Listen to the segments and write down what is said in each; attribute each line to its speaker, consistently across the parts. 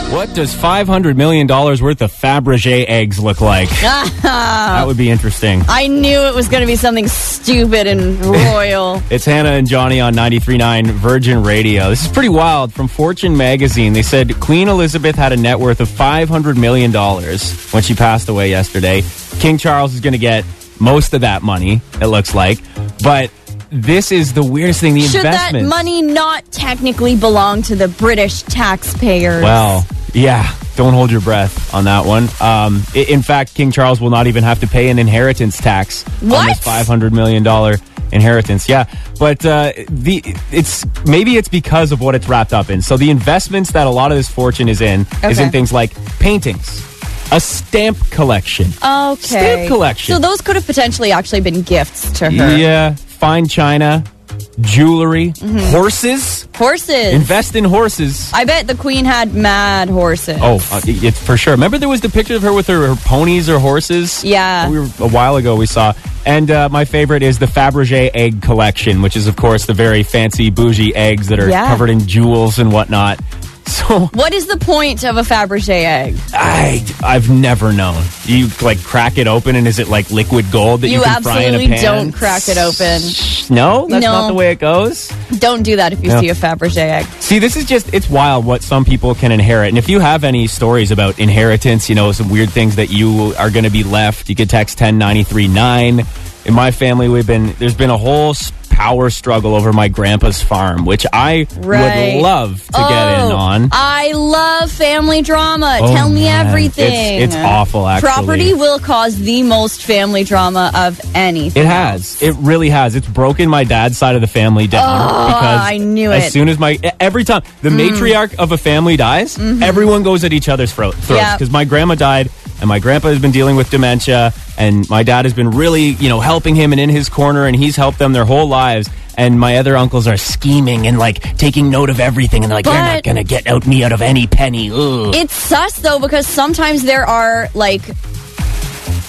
Speaker 1: What does $500 million worth of Fabergé eggs look like?
Speaker 2: Uh.
Speaker 1: that would be interesting.
Speaker 2: I knew it was going to be something stupid and royal.
Speaker 1: It's Hannah and Johnny on 93.9 Virgin Radio. This is pretty wild. From Fortune magazine, they said Queen Elizabeth had a net worth of $500 million when she passed away yesterday. King Charles is going to get most of that money, it looks like. But this is the weirdest thing the
Speaker 2: Should that
Speaker 1: investment.
Speaker 2: money not technically belong to the British taxpayers?
Speaker 1: Well, yeah. Don't hold your breath on that one. Um, i- in fact, King Charles will not even have to pay an inheritance tax on
Speaker 2: What?
Speaker 1: this five hundred million dollar inheritance. Yeah, but uh, the it's maybe it's because of what it's wrapped up in. So the investments that a lot of this fortune is in is
Speaker 2: Okay.
Speaker 1: in things like paintings, a stamp collection.
Speaker 2: okay.
Speaker 1: stamp collection.
Speaker 2: So those could have potentially actually been gifts to her.
Speaker 1: Yeah, fine china, jewelry,
Speaker 2: Mm-hmm.
Speaker 1: horses.
Speaker 2: Horses.
Speaker 1: Invest in horses.
Speaker 2: I bet the queen had mad horses.
Speaker 1: Oh, uh, it, it- for sure. Remember there was the picture of her with her, her ponies or horses?
Speaker 2: Yeah.
Speaker 1: We were, a while ago we saw. And uh, my favorite is the Fabergé egg collection, which is, of course, the very fancy, bougie eggs that are
Speaker 2: Yeah.
Speaker 1: covered in jewels and whatnot. So
Speaker 2: What is the point of a Fabergé egg?
Speaker 1: I, I've never known. You like crack it open, and is it like liquid gold that you,
Speaker 2: You
Speaker 1: can fry in a
Speaker 2: absolutely
Speaker 1: pan?
Speaker 2: don't crack it open.
Speaker 1: No, that's
Speaker 2: No.
Speaker 1: not the way it goes.
Speaker 2: Don't do that if you
Speaker 1: Yeah.
Speaker 2: see a Fabergé egg.
Speaker 1: See, this is just, it's wild what some people can inherit. And if you have any stories about inheritance, you know, some weird things that you are going to be left, you could text 10939. In my family, we've been, there's been a whole s- power struggle over my grandpa's farm, which I
Speaker 2: Right.
Speaker 1: would love to get
Speaker 2: Oh,
Speaker 1: in on.
Speaker 2: I love family drama.
Speaker 1: Oh,
Speaker 2: Tell me
Speaker 1: man.
Speaker 2: everything.
Speaker 1: It's, it's awful, actually.
Speaker 2: Property will cause the most family drama of anything.
Speaker 1: It has. It really has. It's broken my dad's side of the family down because
Speaker 2: Oh, I knew
Speaker 1: as
Speaker 2: it. Mm.
Speaker 1: soon as my e, every time the matriarch of a family dies, everyone goes at each other's throat, throats
Speaker 2: Mm-hmm. Yeah.
Speaker 1: because my grandma died and my grandpa has been dealing with dementia and my dad has been really, you know, helping him and in his corner and he's helped them their whole lives. And my other uncles are scheming and like taking note of everything, and they're like, "You're not
Speaker 2: But-
Speaker 1: gonna get out me out of any penny." Ugh.
Speaker 2: It's sus though because sometimes there are like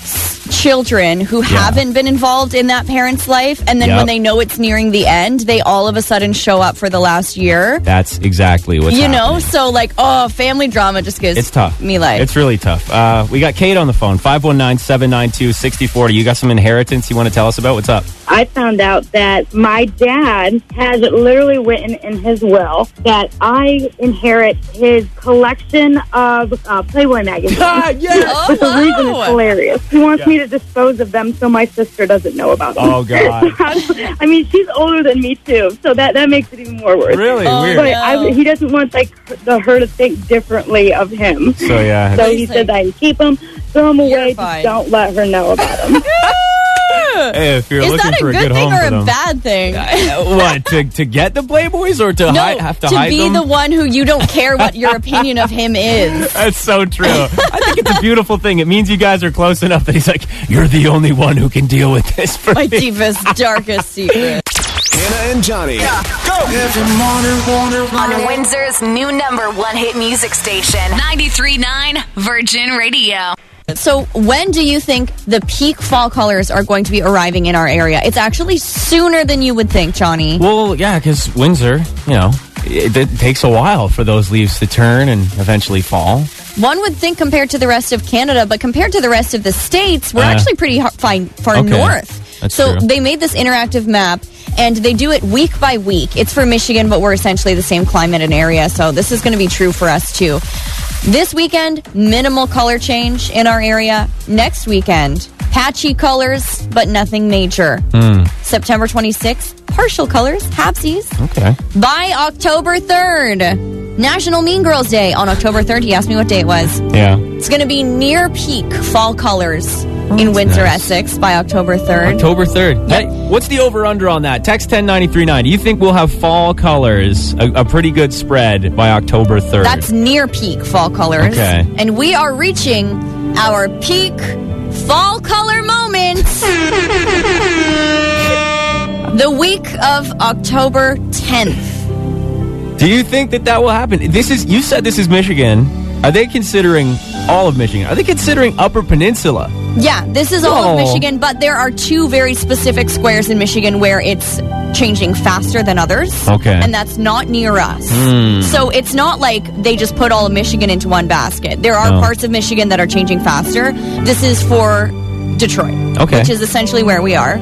Speaker 2: s- children who haven't been involved in that parent's life and then
Speaker 1: Yep.
Speaker 2: when they know it's nearing the end, they all of a sudden show up for the last year.
Speaker 1: That's exactly what's
Speaker 2: you know,
Speaker 1: happening.
Speaker 2: so like oh, family drama just gives
Speaker 1: It's tough.
Speaker 2: me life.
Speaker 1: It's really tough. Uh, we got Kate on the phone, 519 792 6040. You got some inheritance you want to tell us about? What's up?
Speaker 3: I found out that my dad has it literally written in his will that I inherit his collection of uh, Playboy magazines.
Speaker 1: yes!
Speaker 2: oh,
Speaker 3: The reason
Speaker 2: wow.
Speaker 3: it's hilarious. He wants me to dispose of them so my sister doesn't know about them.
Speaker 1: Oh, God.
Speaker 3: I mean, she's older than me too, so that that makes it even more worse.
Speaker 1: Really?
Speaker 2: Oh,
Speaker 3: But
Speaker 1: Weird.
Speaker 2: yeah.
Speaker 3: I, he doesn't want like the her to think differently of him.
Speaker 1: So, yeah.
Speaker 3: So he said I keep them, throw them
Speaker 2: You're
Speaker 3: away,
Speaker 2: fine.
Speaker 3: just don't let her know about them.
Speaker 1: Hey, if you're
Speaker 2: Is
Speaker 1: looking
Speaker 2: that a
Speaker 1: for a
Speaker 2: good
Speaker 1: good
Speaker 2: thing
Speaker 1: home
Speaker 2: or
Speaker 1: for
Speaker 2: a
Speaker 1: them.
Speaker 2: bad thing?
Speaker 1: Uh, what? To, to get the Playboys or to hide, have to, hide
Speaker 2: be
Speaker 1: them?
Speaker 2: the one who you don't care what your opinion of him is.
Speaker 1: That's so true. I think it's a beautiful thing. It means you guys are close enough that he's like, you're the only one who can deal with this for
Speaker 2: My
Speaker 1: me."
Speaker 2: deepest, darkest secret.
Speaker 4: Hannah and Johnny.
Speaker 5: on Windsor's new number one hit music station, 93.9 Virgin Radio.
Speaker 2: So, when do you think the peak fall colors are going to be arriving in our area? It's actually sooner than you would think, Johnny.
Speaker 1: Well, yeah, because Windsor, you know, it, it takes a while for those leaves to turn and eventually fall.
Speaker 2: One would think compared to the rest of Canada, but compared to the rest of the states, we're
Speaker 1: Uh,
Speaker 2: actually pretty ho- fine far
Speaker 1: okay.
Speaker 2: north.
Speaker 1: That's
Speaker 2: so
Speaker 1: true.
Speaker 2: they made this interactive map, and they do it week by week. It's for Michigan, but we're essentially the same climate and area, so this is going to be true for us too. This weekend, minimal color change in our area. Next weekend, patchy colors, but nothing major.
Speaker 1: Hmm.
Speaker 2: September 26th, partial colors, halfsies.
Speaker 1: Okay.
Speaker 2: By October 3rd, National Mean Girls Day on October 3rd. He asked me what day it was.
Speaker 1: Yeah.
Speaker 2: It's going to be near peak fall colors in Windsor,
Speaker 1: Oh, nice.
Speaker 2: Essex by October 3rd.
Speaker 1: October 3rd. Hey, what's the over under on that? Text 10939. Do you think we'll have fall colors, a, a pretty good spread by October 3rd?
Speaker 2: That's near peak fall colors.
Speaker 1: Okay.
Speaker 2: And we are reaching our peak fall color moment the week of October 10th.
Speaker 1: Do you think that that will happen? This is you said this is Michigan. Are they considering all of Michigan? Are they considering Upper Peninsula?
Speaker 2: Yeah, this is all
Speaker 1: Whoa.
Speaker 2: of Michigan, but there are two very specific squares in Michigan where it's changing faster than others.
Speaker 1: Okay. Hmm.
Speaker 2: And that's not near us. So it's not like they just put all of Michigan into one basket. There are
Speaker 1: No.
Speaker 2: parts of Michigan that are changing faster. This is for Detroit,
Speaker 1: Okay. Oh.
Speaker 2: which is essentially where we are.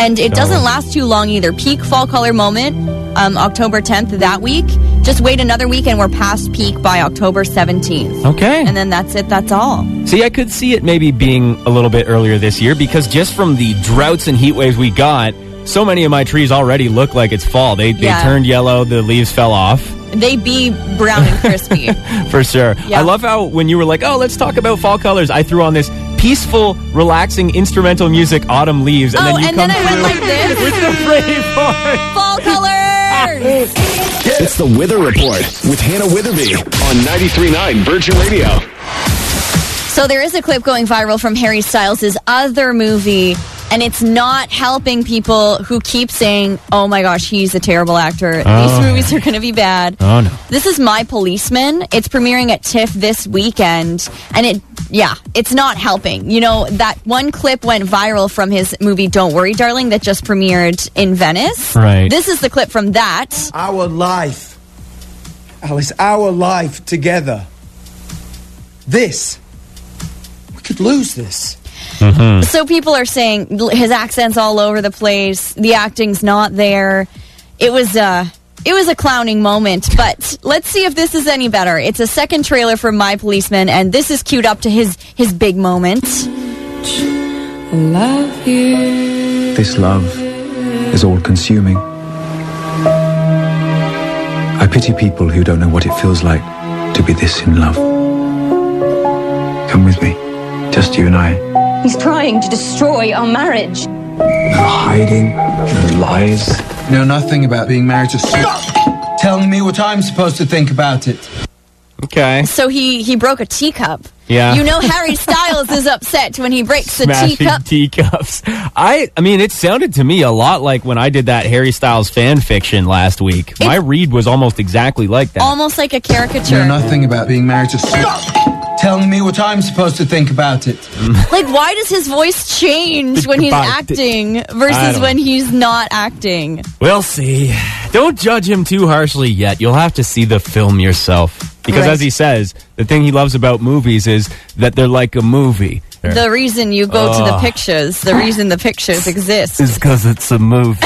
Speaker 2: And it
Speaker 1: So-
Speaker 2: doesn't last too long either. Peak fall color moment, um, October 10th that week. Just wait another week and we're past peak by October 17th.
Speaker 1: Okay.
Speaker 2: And then that's it, that's all.
Speaker 1: See, I could see it maybe being a little bit earlier this year because just from the droughts and heat waves we got, so many of my trees already look like it's fall. They, they
Speaker 2: Yeah.
Speaker 1: turned yellow, the leaves fell off
Speaker 2: They be brown and crispy.
Speaker 1: for sure.
Speaker 2: Yeah.
Speaker 1: I love how when you were like, oh, let's talk about fall colors, I threw on this peaceful, relaxing instrumental music, Autumn Leaves, and
Speaker 2: oh,
Speaker 1: then you
Speaker 2: and
Speaker 1: come
Speaker 2: then I went
Speaker 1: through
Speaker 2: like this.
Speaker 1: with the brave heart.
Speaker 2: Fall colors!
Speaker 4: It's the Wither Report with Hannah Witherby on 93.9 Virgin Radio.
Speaker 2: So there is a clip going viral from Harry Styles' other movie, and it's not helping people who keep saying, "Oh my gosh, he's a terrible actor.
Speaker 1: Oh.
Speaker 2: These movies are going to be bad."
Speaker 1: Oh, no.
Speaker 2: This is My Policeman. It's premiering at TIFF this weekend, and it yeah, it's not helping. You know that one clip went viral from his movie "Don't Worry, Darling" that just premiered in Venice.
Speaker 1: Right.
Speaker 2: This is the clip from that.
Speaker 6: Our life, Alice, our life together. This. We could lose this.
Speaker 2: So people are saying l- his accent's all over the place. The acting's not there. It was uh it was a clowning moment, but let's see if this is any better. It's a second trailer for My Policeman, and this is queued up to his his big moment.
Speaker 7: This love is all consuming. I pity people who don't know what it feels like to be this in love. Come with me, just you and I.
Speaker 8: He's trying to destroy our marriage.
Speaker 7: No hiding, no lies.
Speaker 6: Know nothing about being married to. Stop telling me what I'm supposed to think about it.
Speaker 1: Okay.
Speaker 2: So he he broke a teacup.
Speaker 1: Yeah.
Speaker 2: you know Harry Styles is upset when he breaks the
Speaker 1: smashing
Speaker 2: teacup.
Speaker 1: teacups. I I mean, it sounded to me a lot like when I did that Harry Styles fan fiction last week. My read was almost exactly like that.
Speaker 2: Almost like a caricature.
Speaker 6: Know nothing about being married to. Stop telling me what I'm supposed to think about it.
Speaker 2: Like, why does his voice change when he's
Speaker 1: Goodbye.
Speaker 2: acting
Speaker 1: I
Speaker 2: versus
Speaker 1: don't
Speaker 2: when
Speaker 1: know.
Speaker 2: he's not acting?
Speaker 1: we'll see. Don't judge him too harshly yet. You'll have to see the film yourself. Because
Speaker 2: Right.
Speaker 1: as he says, the thing he loves about movies is that they're like a movie.
Speaker 2: The reason you go to the pictures, the reason the pictures exist.
Speaker 1: is because it's a movie.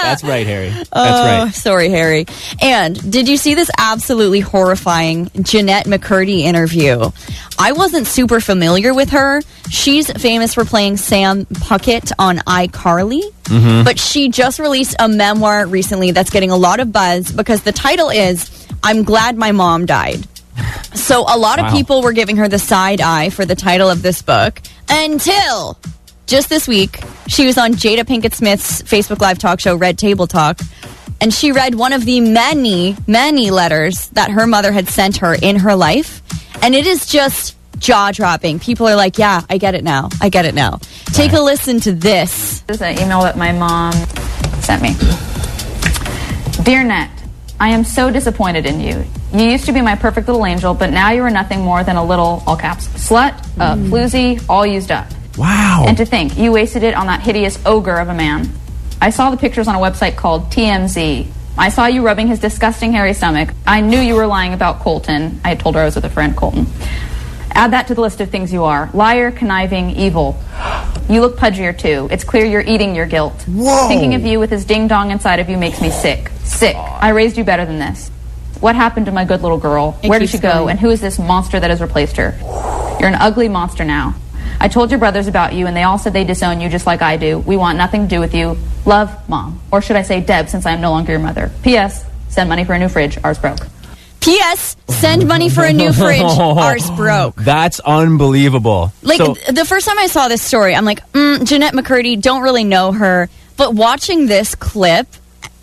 Speaker 1: That's right, Harry. That's
Speaker 2: Oh, sorry, Harry. And did you see this absolutely horrifying Jeanette McCurdy interview? I wasn't super familiar with her. She's famous for playing Sam Puckett on iCarly,
Speaker 1: Mm-hmm.
Speaker 2: but she just released a memoir recently that's getting a lot of buzz because the title is I'm Glad My Mom Died. So a lot of
Speaker 1: Wow.
Speaker 2: people were giving her the side eye for the title of this book until just this week she was on Jada Pinkett Smith's Facebook Live talk show Red Table Talk and she read one of the many many letters that her mother had sent her in her life and it is just jaw dropping. People are like, "Yeah, I get it now. I get it now." Take a listen to this.
Speaker 9: This is an email that my mom sent me. Dear Nat, I am so disappointed in you. You used to be my perfect little angel, but now you are nothing more than a little, all caps, slut, a floozy, all used up.
Speaker 1: Wow.
Speaker 9: And to think, you wasted it on that hideous ogre of a man. I saw the pictures on a website called TMZ. I saw you rubbing his disgusting hairy stomach. I knew you were lying about Colton. I had told her I was with a friend, Colton. Add that to the list of things you are liar, conniving, evil. You look pudgier too. It's clear you're eating your guilt. Thinking of you with his ding dong inside of you makes me sick. Sick. I raised you better than this. What happened to my good little girl? Where did
Speaker 2: keeps
Speaker 9: she go?
Speaker 2: going.
Speaker 9: And who is this monster that has replaced her? You're an ugly monster now. I told your brothers about you, and they all said they disown you just like I do. We want nothing to do with you. Love, Mom. Or should I say Deb, since I am no longer your mother. P.S. Send money for a new fridge. Ours broke.
Speaker 2: P.S. Send money for a new fridge.
Speaker 1: Oh.
Speaker 2: Ours broke.
Speaker 1: That's unbelievable.
Speaker 2: Like
Speaker 1: So-
Speaker 2: th- the first time I saw this story, I'm like, mm, Jeanette McCurdy, don't really know her. But watching this clip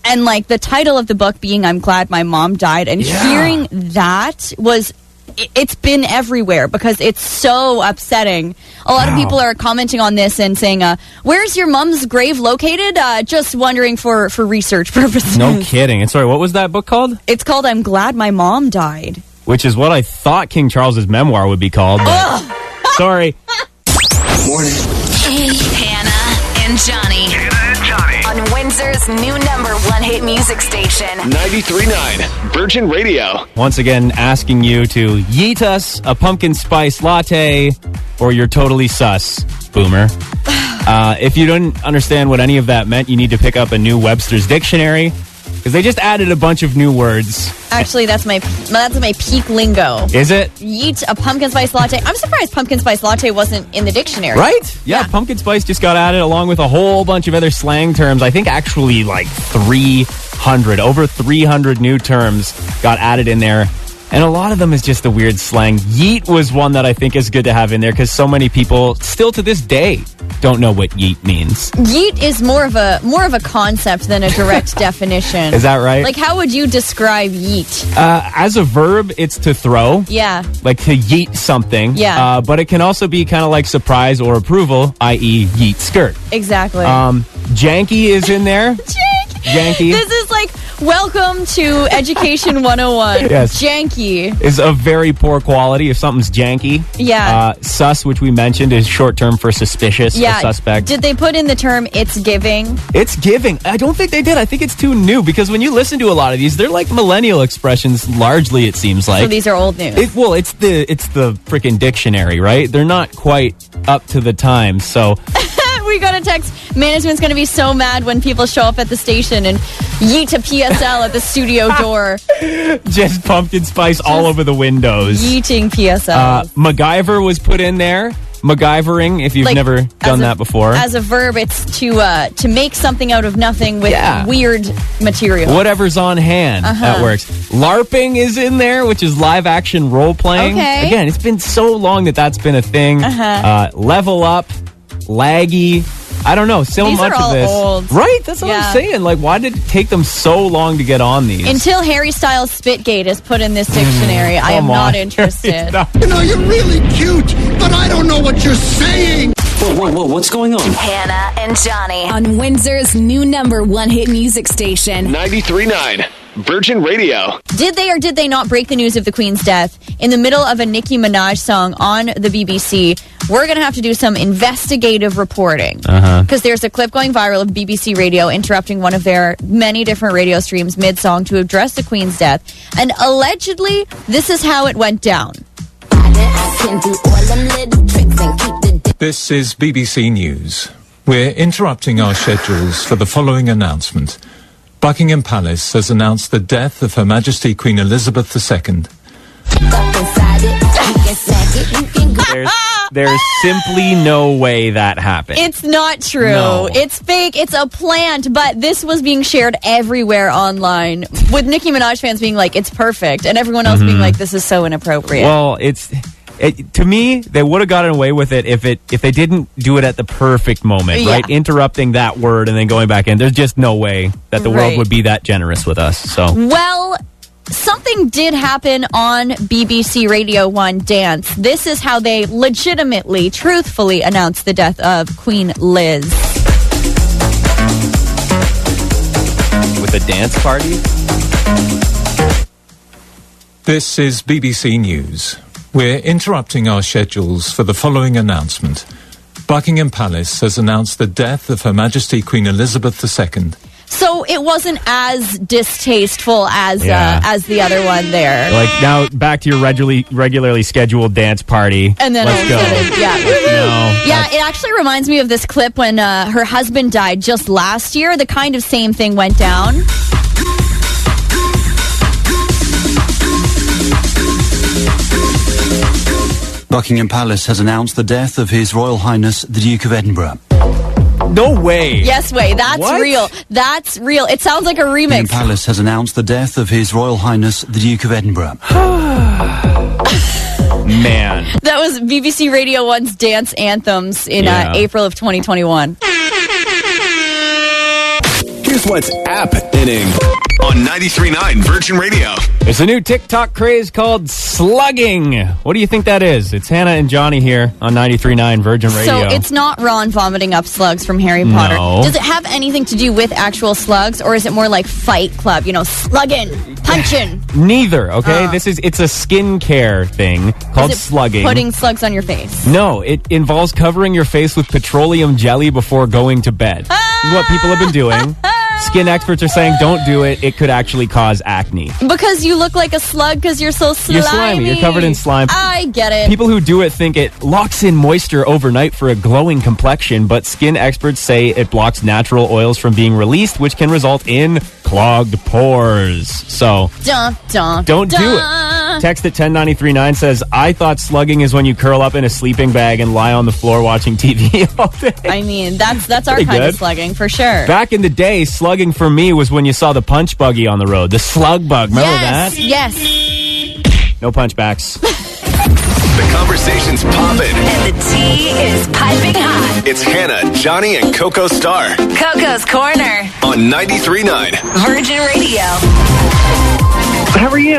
Speaker 2: and like the title of the book being "I'm Glad My Mom Died" and hearing that was. i- It's been everywhere because it's so upsetting. A lot of people are commenting on this and saying, uh, "Where's your mom's grave located?" Uh, just wondering for for research purposes.
Speaker 1: no kidding. And sorry, what was that book called?
Speaker 2: It's called "I'm Glad My Mom Died."
Speaker 1: which is what I thought King Charles's memoir would be called. but- sorry.
Speaker 10: Hannah and Johnny.
Speaker 5: Hannah and Johnny.
Speaker 10: On
Speaker 5: on Windsor's new number one hit music station.
Speaker 4: 93.9 Virgin Radio.
Speaker 1: Once again, asking you to yeet us a pumpkin spice latte or you're totally sus, boomer. Uh, if you don't understand what any of that meant, you need to pick up a new Webster's Dictionary because they just added a bunch of new words.
Speaker 2: Actually, that's my that's my peak lingo.
Speaker 1: Is it?
Speaker 2: Yeet a pumpkin spice latte. I'm surprised pumpkin spice latte wasn't in the dictionary.
Speaker 1: Right? Yeah, pumpkin spice just got added along with a whole bunch of other slang terms. I think actually like 300, over 300 new terms got added in there. And a lot of them is just the weird slang. Yeet was one that I think is good to have in there because so many people still to this day don't know what yeet means.
Speaker 2: Yeet is more of a more of a concept than a direct definition.
Speaker 1: Is that right?
Speaker 2: Like, how would you describe yeet?
Speaker 1: Uh, as a verb, it's to throw.
Speaker 2: yeah.
Speaker 1: like to yeet something.
Speaker 2: Yeah.
Speaker 1: Uh, but it can also be kind of like surprise or approval, i.e., yeet skirt.
Speaker 2: Exactly.
Speaker 1: Um, janky is in there.
Speaker 2: Jank.
Speaker 1: janky.
Speaker 2: This is like welcome to Education 101.
Speaker 1: Yes.
Speaker 2: Janky.
Speaker 1: is of very poor quality if something's janky.
Speaker 2: Yeah.
Speaker 1: Uh, sus, which we mentioned, is short term for suspicious
Speaker 2: Yeah.
Speaker 1: or suspect.
Speaker 2: Did they put in the term it's giving?
Speaker 1: it's giving. I don't think they did. I think it's too new because when you listen to a lot of these, they're like millennial expressions largely, it seems like.
Speaker 2: So these are old news.
Speaker 1: It, well, it's the it's the freaking dictionary, right? They're not quite up to the time, so
Speaker 2: we got a text. Management's going to be so mad when people show up at the station and yeet a PSL at the studio door.
Speaker 1: just pumpkin spice all over the windows.
Speaker 2: Yeeting PSL.
Speaker 1: Uh, MacGyver was put in there. MacGyvering, if you've
Speaker 2: Like,
Speaker 1: never
Speaker 2: as
Speaker 1: done
Speaker 2: a-
Speaker 1: that before.
Speaker 2: As a verb, it's to uh, to make something out of nothing with
Speaker 1: Yeah.
Speaker 2: weird material.
Speaker 1: Whatever's on hand,
Speaker 2: Uh-huh.
Speaker 1: that works. LARPing is in there, which is live action role playing.
Speaker 2: Okay.
Speaker 1: Again, it's been so long that that's been a thing. Uh-huh. level up, laggy. I don't know. So
Speaker 2: These are
Speaker 1: much
Speaker 2: all
Speaker 1: of this,
Speaker 2: old.
Speaker 1: right? That's what
Speaker 2: Yeah.
Speaker 1: I'm saying. Like, why did it take them so long to get on these?
Speaker 2: Until Harry Styles Spitgate is put in this dictionary, I am
Speaker 1: Come on.
Speaker 2: not interested.
Speaker 6: You know, you're really cute, but I don't know what you're saying.
Speaker 5: Hannah and Johnny on Windsor's new number one hit music station.
Speaker 4: 93.9 Virgin Radio.
Speaker 2: Did they or did they not break the news of the Queen's death in the middle of a Nicki Minaj song on the BBC? We're going to have to do some investigative reporting because
Speaker 1: Uh-huh.
Speaker 2: there's a clip going viral of BBC Radio interrupting one of their many different radio streams mid song to address the Queen's death. And allegedly, this is how it went down.
Speaker 11: This is BBC News. We're interrupting our schedules for the following announcement. Buckingham Palace has announced the death of Her Majesty Queen Elizabeth II.
Speaker 1: there's, there's simply no way that happened.
Speaker 2: It's not true.
Speaker 1: No.
Speaker 2: It's fake. It's a plant. But this was being shared everywhere online with Nicki Minaj fans being like, it's perfect. And everyone else being like, this is so inappropriate.
Speaker 1: Mm-hmm. Well, it's it, to me they would have gotten away with it if it if they didn't do it at the perfect moment,
Speaker 2: Yeah.
Speaker 1: right? Interrupting that word and then going back in. There's just no way that the
Speaker 2: Right. Mm.
Speaker 1: world would be that generous with us. So
Speaker 2: well, something did happen on BBC Radio 1 Dance. This is how they legitimately, truthfully announced the death of Queen Liz.
Speaker 1: with a dance party,
Speaker 11: This is BBC News. We're interrupting our schedules for the following announcement. Buckingham Palace has announced the death of Her Majesty Queen Elizabeth II.
Speaker 2: So it wasn't as distasteful as
Speaker 1: Yeah.
Speaker 2: uh, as the other one there.
Speaker 1: like now back to your regularly regularly scheduled dance party,
Speaker 2: And then
Speaker 1: let's
Speaker 2: all
Speaker 1: go.
Speaker 2: of a sudden, yeah.
Speaker 1: No,
Speaker 2: Yeah, it actually reminds me of this clip when uh, her husband died just last year. The kind of same thing went down.
Speaker 6: Buckingham Palace has announced the death of His Royal Highness the Duke of Edinburgh.
Speaker 1: no way.
Speaker 2: Yes, way. That's
Speaker 1: What?
Speaker 2: real. That's real. It sounds like a
Speaker 6: Buckingham
Speaker 2: remix.
Speaker 6: Palace has announced the death of His Royal Highness the Duke of Edinburgh.
Speaker 1: man.
Speaker 2: That was BBC Radio 1's Dance Anthems in uh,
Speaker 1: Yeah.
Speaker 2: April of 2021.
Speaker 4: Here's what's app inning on 93.9 Virgin Radio.
Speaker 1: There's a new TikTok craze called slugging. What do you think that is? It's Hannah and Johnny here on 93.9 Virgin Radio.
Speaker 2: So it's not Ron vomiting up slugs from Harry Potter.
Speaker 1: No.
Speaker 2: Does it have anything to do with actual slugs, or is it more like Fight Club? You know, slugging, punching,
Speaker 1: Neither, okay? this is it's a skincare thing called
Speaker 2: Ah. Is it
Speaker 1: slugging.
Speaker 2: putting slugs on your face.
Speaker 1: no, it involves covering your face with petroleum jelly before going to bed.
Speaker 2: Ah.
Speaker 1: This is what people have been doing. Skin experts are saying don't do it. It could actually cause acne.
Speaker 2: Because you look like a slug because you're so slimy.
Speaker 1: You're slimy. You're covered in slime.
Speaker 2: I get it.
Speaker 1: People who do it think it locks in moisture overnight for a glowing complexion, but skin experts say it blocks natural oils from being released, which can result in clogged pores. So
Speaker 2: Dun, dun,
Speaker 1: don't do
Speaker 2: dun.
Speaker 1: it. Text at 10939 says, I thought slugging is when you curl up in a sleeping bag and lie on the floor watching TV all day.
Speaker 2: I mean, that's that's our
Speaker 1: Pretty
Speaker 2: kind
Speaker 1: good.
Speaker 2: of slugging for sure.
Speaker 1: Back in the day, slugging for me was when you saw the punch buggy on the road, the slug bug. Remember
Speaker 2: yes,
Speaker 1: that?
Speaker 2: yes.
Speaker 1: No punchbacks.
Speaker 4: The conversation's popping.
Speaker 5: And the tea is piping hot.
Speaker 4: It's Hannah, Johnny, and Coco Star
Speaker 5: Coco's Corner,
Speaker 4: on 93.9.
Speaker 5: Virgin Radio.
Speaker 9: How are you?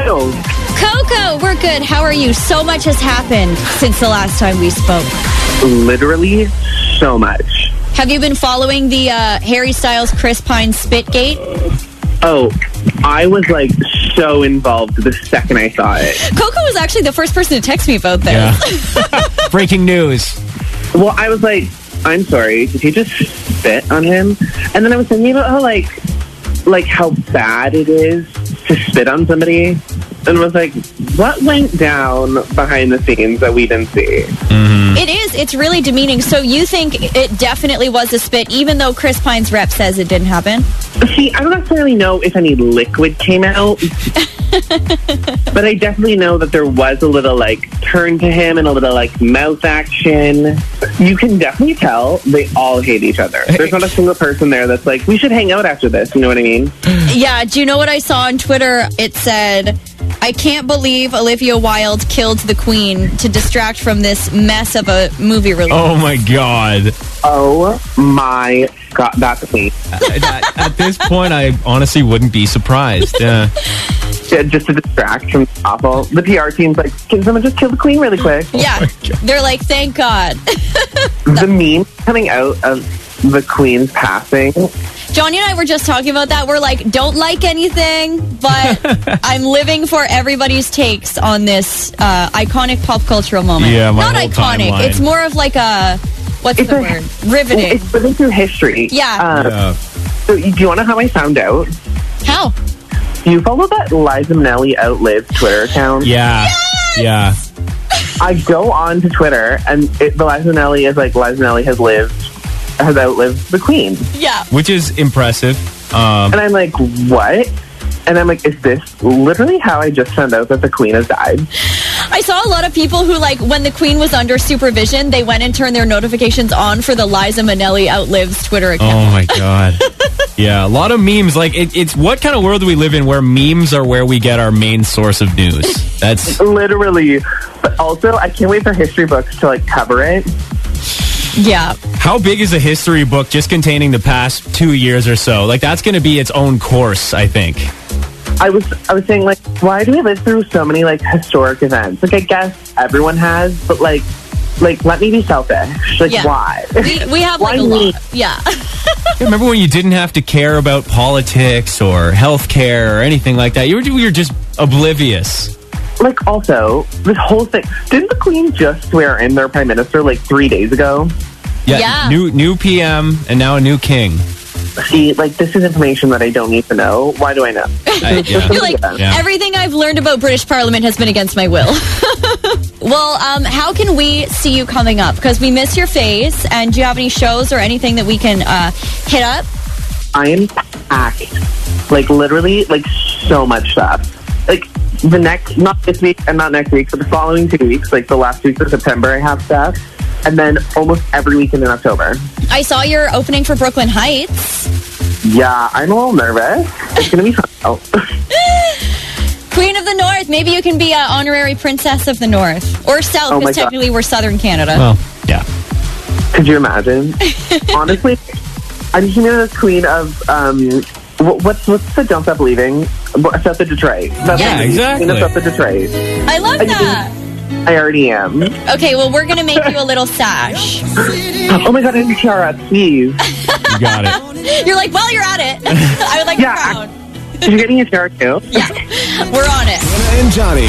Speaker 2: Coco, we're good. How are you? So much has happened since the last time we spoke.
Speaker 9: Literally so much.
Speaker 2: Have you been following the uh, Harry Styles Chris Pine Spitgate?
Speaker 9: Oh, I was like so involved the second I saw it.
Speaker 2: Coco was actually the first person to text me about this.
Speaker 1: Yeah. Breaking news.
Speaker 9: Well, I was like, I'm sorry, did he just spit on him? And then I was thinking about how like like how bad it is to spit on somebody. And was like, what went down behind the scenes that we didn't see?
Speaker 2: It is. It's really demeaning. So you think it definitely was a spit, even though Chris Pine's rep says it didn't happen?
Speaker 9: See, I don't necessarily know if any liquid came out, but I definitely know that there was a little like turn to him and a little like mouth action. You can definitely tell they all hate each other. There's not a single person there that's like, we should hang out after this. You know what I mean?
Speaker 2: Yeah, do you know what I saw on Twitter? It said, I can't believe Olivia Wilde killed the queen to distract from this mess of a movie release.
Speaker 1: Oh my God.
Speaker 9: Oh my god, that's me.
Speaker 1: at, at this point, I honestly wouldn't be surprised. Yeah.
Speaker 9: Ju- Just to distract from the awful. The PR team's like, can someone just kill the queen really quick?
Speaker 2: Yeah, they're like, thank God.
Speaker 9: The meme coming out of the queen's passing.
Speaker 2: Johnny and I were just talking about that. We're like, don't like anything, but I'm living for everybody's takes on this uh, iconic pop cultural moment.
Speaker 9: Yeah, my
Speaker 2: Not
Speaker 9: whole
Speaker 2: iconic.
Speaker 9: timeline.
Speaker 2: It's more of like a, what's the word? Riveting.
Speaker 9: It's living through history.
Speaker 2: Yeah.
Speaker 9: Um, So, do you want to know how I found out?
Speaker 2: How?
Speaker 9: You follow that Liza Minnelli outlived Twitter account?
Speaker 1: Yeah. Yeah.
Speaker 9: I go on to Twitter, and it, the Liza Minnelli is like Liza Minnelli has lived, has outlived the Queen,
Speaker 2: Yeah.
Speaker 1: Which is impressive. Um,
Speaker 9: and I'm like, what? And I'm like, is this literally how I just found out that the Queen has died?
Speaker 2: I saw a lot of people who, like, when the Queen was under supervision, they went and turned their notifications on for the Liza Minnelli outlives Twitter account.
Speaker 1: oh my God. yeah. A lot of memes. Like, it, it's what kind of world do we live in where memes are where we get our main source of news? That's.
Speaker 9: Literally. But also, I can't wait for history books to like cover it.
Speaker 2: Yeah.
Speaker 1: How big is a history book just containing the past two years or so? Like, that's going to be its own course, I think.
Speaker 9: I was I was saying like, why do we live through so many like historic events? Like I guess everyone has, but like like let me be selfish. Like
Speaker 2: Yeah.
Speaker 9: why?
Speaker 2: We, we have, like,
Speaker 9: Why
Speaker 2: a
Speaker 9: me?
Speaker 2: lot. Yeah.
Speaker 1: Yeah, Remember when you didn't have to care about politics or healthcare or anything like that? You were, you were just oblivious.
Speaker 9: Like also this whole thing. Didn't the Queen just swear in their Prime Minister like three days ago?
Speaker 2: Yeah.
Speaker 1: New new PM and now a new king.
Speaker 9: See, like this is information that I don't need to know. Why do I know?
Speaker 1: I- yeah.
Speaker 2: You're like,
Speaker 1: Yeah.
Speaker 2: everything I've learned about British Parliament has been against my will. well, um, how can we see you coming up? Because we miss your face, and do you have any shows or anything that we can uh, hit up?
Speaker 9: I am packed. Like literally, like so much stuff. Like the next, not this week and not next week, but the following two weeks, like the last weeks of September, I have stuff, and then almost every weekend in October.
Speaker 2: I saw your opening for Brooklyn Heights.
Speaker 9: Yeah, I'm a little nervous. It's gonna be fun. Oh.
Speaker 2: Queen of the North. Maybe you can be an honorary princess of the North or South,
Speaker 9: Oh my
Speaker 2: because
Speaker 9: God.
Speaker 1: Oh.
Speaker 2: technically we're Southern Canada.
Speaker 1: Well, yeah.
Speaker 9: Could you imagine? Honestly, I'm she the queen of um. wh- What's what's the don't stop believing? Wh- Stop the Detroit. Stop
Speaker 2: Yeah,
Speaker 9: the,
Speaker 2: exactly.
Speaker 9: Queen of stop the Detroit.
Speaker 2: I love that.
Speaker 9: I already am.
Speaker 2: Okay, well, we're going to make you a little sash.
Speaker 9: Oh my god, I'm Tiara. Please.
Speaker 1: You got it.
Speaker 2: You're like, well, you're at it. I would like a crown.
Speaker 9: You're getting a tiara too.
Speaker 2: We're on it.
Speaker 4: And Johnny.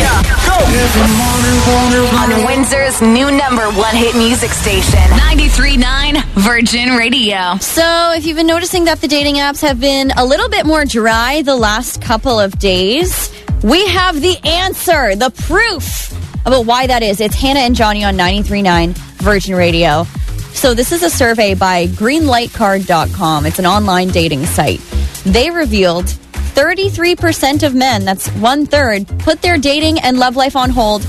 Speaker 5: On Windsor's new number one hit music station, 93.9 Virgin Radio.
Speaker 2: So, if you've been noticing that the dating apps have been a little bit more dry the last couple of days, we have the answer, the proof about why that is. It's Hannah and Johnny on 93.9 Virgin Radio. So, this is a survey by greenlightcard.com. It's an online dating site. They revealed 33% of men, that's one third, put their dating and love life on hold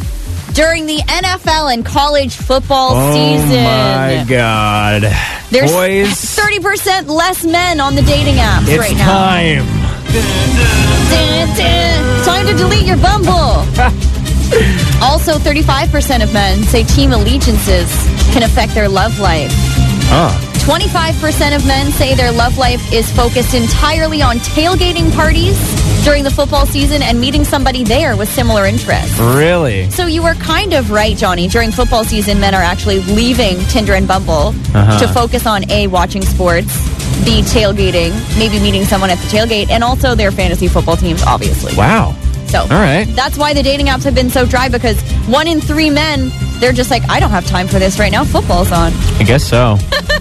Speaker 2: during the NFL and college football season.
Speaker 1: Oh my God.
Speaker 2: There's
Speaker 1: Boys,
Speaker 2: 30% less men on the dating apps
Speaker 1: it's
Speaker 2: right now.
Speaker 1: time.
Speaker 2: Dun, dun. Time to delete your Bumble. also, 35% of men say team allegiances can affect their love life.
Speaker 1: Oh.
Speaker 2: 25% of men say their love life is focused entirely on tailgating parties during the football season and meeting somebody there with similar interests.
Speaker 1: Really?
Speaker 2: So you were kind of right, Johnny. During football season, men are actually leaving Tinder and Bumble
Speaker 1: Uh-huh.
Speaker 2: to focus on A, watching sports, B, tailgating, maybe meeting someone at the tailgate, and also their fantasy football teams, obviously.
Speaker 1: Wow.
Speaker 2: So
Speaker 1: All right.
Speaker 2: that's why the dating apps have been so dry because one in three men, they're just like, I don't have time for this right now. Football's on.
Speaker 1: I guess so.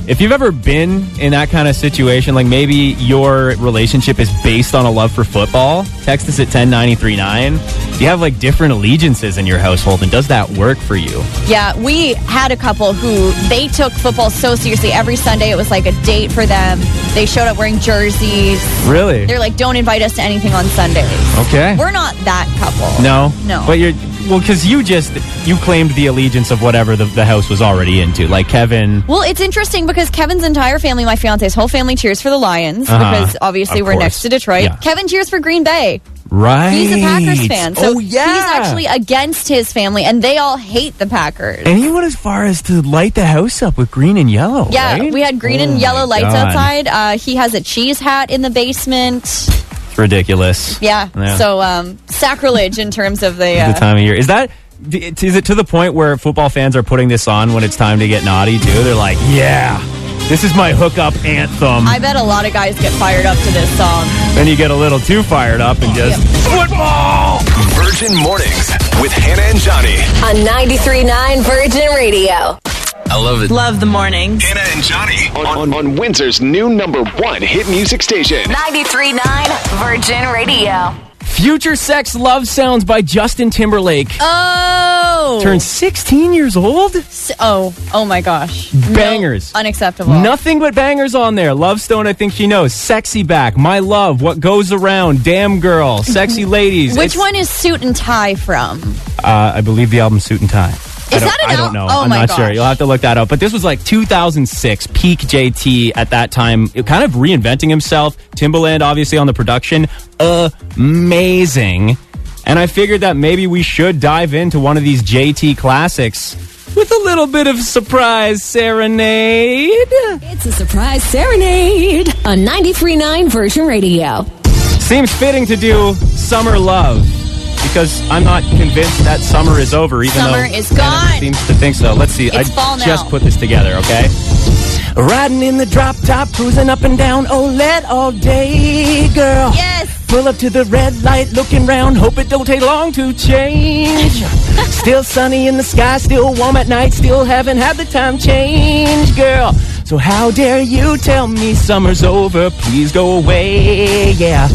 Speaker 1: if you've ever been in that kind of situation, like maybe your relationship is based on a love for football, text us at 10939. Do you have like different allegiances in your household and does that work for you?
Speaker 2: Yeah, we had a couple who they took football so seriously. Every Sunday, it was like a date for them. They showed up wearing jerseys.
Speaker 1: Really?
Speaker 2: They're like, don't invite us to anything on Sundays.
Speaker 1: Okay.
Speaker 2: We're not that couple.
Speaker 1: Eh. No?
Speaker 2: No.
Speaker 1: But you're, well, because you just, you claimed the allegiance of whatever the, the house was already into. Like Kevin,
Speaker 2: Well, it's interesting because Kevin's entire family, my fiance's whole family, cheers for the Lions
Speaker 1: Uh-huh.
Speaker 2: because obviously
Speaker 1: Of
Speaker 2: we're
Speaker 1: course.
Speaker 2: next to Detroit.
Speaker 1: Yeah.
Speaker 2: Kevin cheers for Green Bay.
Speaker 1: right?
Speaker 2: He's a Packers fan. So
Speaker 1: oh, yeah.
Speaker 2: he's actually against his family and they all hate the Packers.
Speaker 1: And he went as far as to light the house up with green and yellow.
Speaker 2: yeah,
Speaker 1: right?
Speaker 2: we had green
Speaker 1: Oh
Speaker 2: and yellow
Speaker 1: my
Speaker 2: lights
Speaker 1: God.
Speaker 2: outside. Uh, he has a cheese hat in the basement.
Speaker 1: It's ridiculous.
Speaker 2: Yeah.
Speaker 1: Yeah.
Speaker 2: So um, sacrilege in terms of the.
Speaker 1: At
Speaker 2: Uh,
Speaker 1: the time of year. Is that d- is it to the point where football fans are putting this on when it's time to get naughty too? They're like, yeah, this is my hookup anthem.
Speaker 2: I bet a lot of guys get fired up to this song.
Speaker 1: Then you get a little too fired up and just football.
Speaker 4: Virgin Mornings with Hannah and Johnny.
Speaker 5: On 93.9 Virgin Radio.
Speaker 4: I love it.
Speaker 12: Love the morning.
Speaker 4: Hannah and Johnny on, on, on Windsor's new number one hit music station.
Speaker 5: 93.9 Virgin Radio.
Speaker 1: Future Sex Love Sounds by Justin Timberlake.
Speaker 2: Oh.
Speaker 1: Turned 16 years old?
Speaker 2: S- Oh, oh my gosh.
Speaker 1: Bangers.
Speaker 2: No, unacceptable.
Speaker 1: Nothing but bangers on there. Love Stone, I think she knows. Sexy Back, My Love, What Goes Around, Damn Girl, Sexy Ladies.
Speaker 2: Which
Speaker 1: It's-
Speaker 2: one is suit and tie from?
Speaker 1: Uh, I believe the album Suit and Tie. I
Speaker 2: Is
Speaker 1: don't,
Speaker 2: that an
Speaker 1: I don't
Speaker 2: al-
Speaker 1: know.
Speaker 2: Oh
Speaker 1: I'm
Speaker 2: my
Speaker 1: not sure.
Speaker 2: gosh.
Speaker 1: You'll have to look that up. But this was like 2006, peak JT at that time, it- kind of reinventing himself. Timbaland, obviously, on the production. Amazing. And I figured that maybe we should dive into one of these JT classics with a little bit of surprise serenade.
Speaker 5: It's a surprise serenade on 93.9 Virgin Radio.
Speaker 1: Seems fitting to do Summer Love because I'm not convinced that summer is over, even
Speaker 2: Summer
Speaker 1: though
Speaker 2: is
Speaker 1: Canada
Speaker 2: gone.
Speaker 1: seems to think so. Let's see.
Speaker 2: It's
Speaker 1: I
Speaker 2: fall now.
Speaker 1: just put this together, okay? Riding in the drop top, cruising up and down OLED all day, girl.
Speaker 2: Yes.
Speaker 1: Pull up to the red light, looking round, hope it don't take long to change. still sunny in the sky, still warm at night, still haven't had the time change, girl. So how dare you tell me summer's over? Please go away, yeah.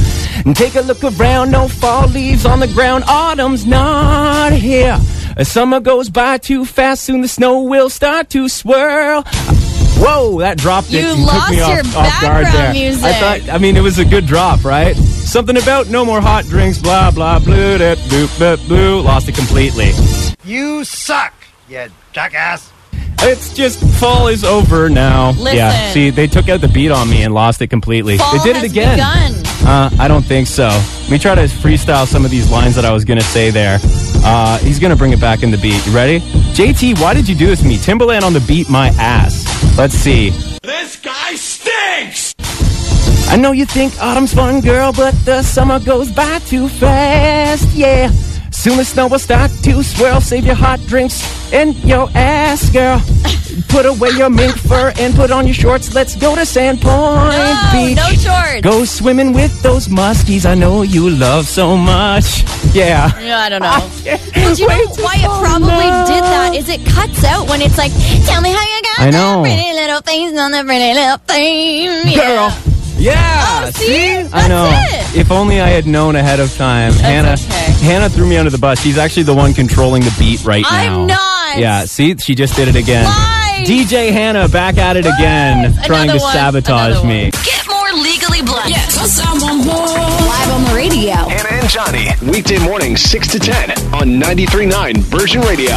Speaker 1: And take a look around, no fall leaves on the ground, autumn's not here. As summer goes by too fast, soon the snow will start to swirl. Whoa, that dropped it.
Speaker 2: You
Speaker 1: and took me
Speaker 2: lost
Speaker 1: off,
Speaker 2: your
Speaker 1: off guard
Speaker 2: background
Speaker 1: there.
Speaker 2: music.
Speaker 1: I thought I mean, it was a good drop, right? Something about no more hot drinks, blah, blah, blue, that, boop, that, blue. Lost it completely.
Speaker 13: You suck, you jackass.
Speaker 1: It's just fall is over now.
Speaker 2: Listen.
Speaker 1: Yeah, see, they took out the beat on me and lost it completely.
Speaker 2: Fall
Speaker 1: they did
Speaker 2: has
Speaker 1: it again.
Speaker 2: begun.
Speaker 1: Uh, I don't think so. Let me try to freestyle some of these lines that I was going to say there. Uh, he's going to bring it back in the beat. You ready? JT, why did you do this to me? Timbaland on the beat, my ass. Let's see.
Speaker 13: This guy stinks!
Speaker 1: I know you think autumn's fun, girl, but the summer goes by too fast, yeah. Soon the snow will start to swirl. Save your hot drinks and your ass, girl. Put away your mink fur and put on your shorts. Let's go to Sandpoint
Speaker 2: No,
Speaker 1: Beach.
Speaker 2: no shorts.
Speaker 1: Go swimming with those muskies I know you love so much. Yeah.
Speaker 2: No, I don't know. But you know why it probably did that is it cuts out when it's like, tell me how you got
Speaker 1: I know.
Speaker 2: that pretty little things on the pretty little thing. Yeah.
Speaker 1: Girl. Yeah.
Speaker 2: Oh, see?
Speaker 1: I know.
Speaker 2: That's
Speaker 1: If only I had known ahead of time. Hannah Hannah threw me under the bus. She's actually the one controlling the beat right now.
Speaker 2: I'm not.
Speaker 1: Yeah, see, she just did it again. DJ Hannah back at it again, trying to
Speaker 5: Another one.
Speaker 1: sabotage
Speaker 5: Another
Speaker 1: me.
Speaker 5: Get more legally blunt. Live on the radio.
Speaker 4: Hannah and Johnny, weekday morning, 6 to 10 on 93.9 Virgin Radio.